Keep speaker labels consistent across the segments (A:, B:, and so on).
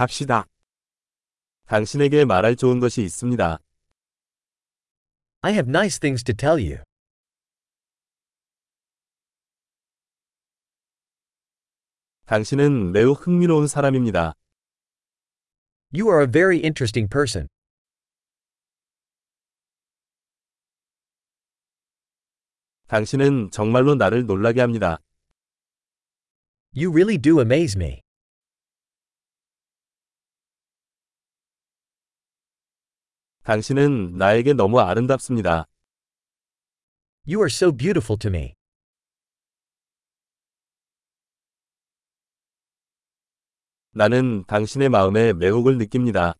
A: 갑시다. 당신에게 말할 좋은 것이 있습니다.
B: I have nice things to tell you.
A: 당신은 매우 흥미로운 사람입니다.
B: You are a very interesting person.
A: 당신은 정말로 나를 놀라게 합니다.
B: You really do amaze me.
A: 당신은 나에게 너무 아름답습니다.
B: You are so beautiful to me.
A: 나는 당신의 마음에 매혹을 느낍니다.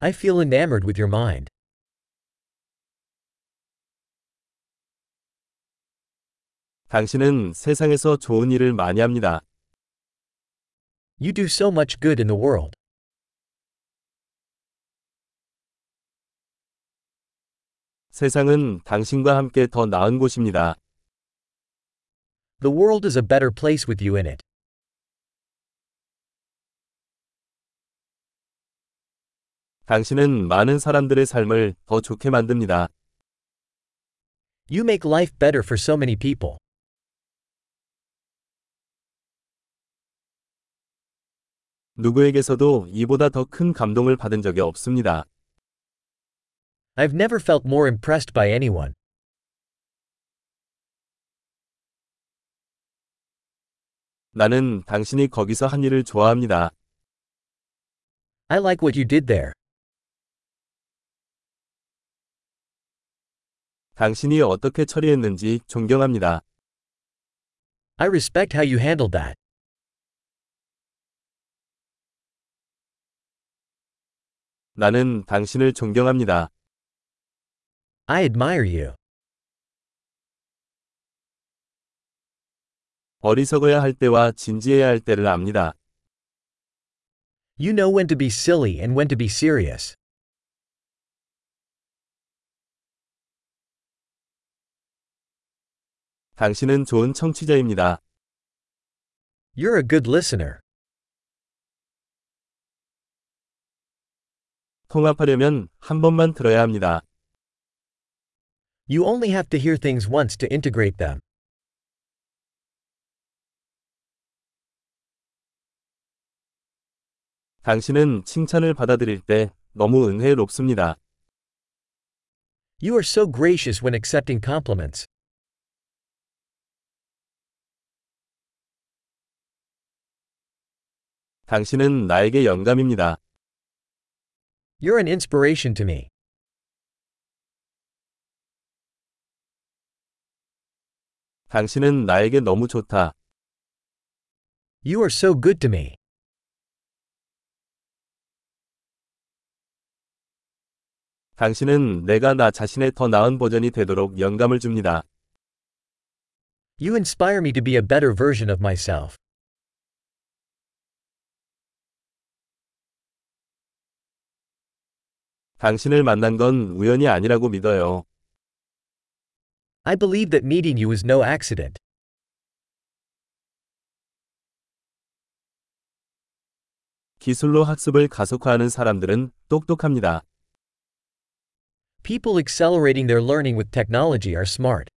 B: I feel enamored with your mind.
A: 당신은 세상에서 좋은 일을 많이 합니다.
B: You do so much good in the world.
A: 세상은 당신과 함께 더 나은 곳입니다.
B: The world is a better place with you in it.
A: 당신은 많은 사람들의 삶을 더 좋게 만듭니다.
B: You make life better for so many people.
A: 누구에게서도 이보다 더 큰 감동을 받은 적이 없습니다.
B: I've never felt more impressed by anyone.
A: 나는 당신이 거기서 한 일을 좋아합니다.
B: I like what you did there.
A: 당신이 어떻게 처리했는지 존경합니다.
B: I respect how you handled that.
A: 나는 당신을 존경합니다.
B: I admire you.
A: 어리석어야 할 때와 진지해야 할 때를 압니다.
B: You know when to be silly and when to be serious.
A: 당신은 좋은 청취자입니다.
B: You're a good listener.
A: 통합하려면 한 번만 들어야 합니다.
B: You only have to hear things once to integrate them.
A: 당신은 칭찬을 받아들일 때 너무 은혜롭습니다.
B: You are so gracious when accepting compliments.
A: 당신은 나에게 영감입니다.
B: You're an inspiration to me.
A: 당신은 나에게 너무 좋다.
B: You are so good to me.
A: 당신은 내가 나 자신의 더 나은 버전이 되도록 영감을 줍니다.
B: You inspire me to be a better version of myself.
A: 당신을 만난 건 우연이 아니라고 믿어요.
B: I believe that meeting you is no accident.
A: 기술로 학습을 가속화하는 사람들은 똑똑합니다.
B: People accelerating their learning with technology are smart.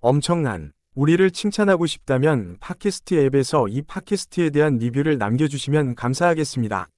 C: 엄청난. 우리를 칭찬하고 싶다면 팟캐스트 앱에서 이 팟캐스트에 대한 리뷰를 남겨주시면 감사하겠습니다.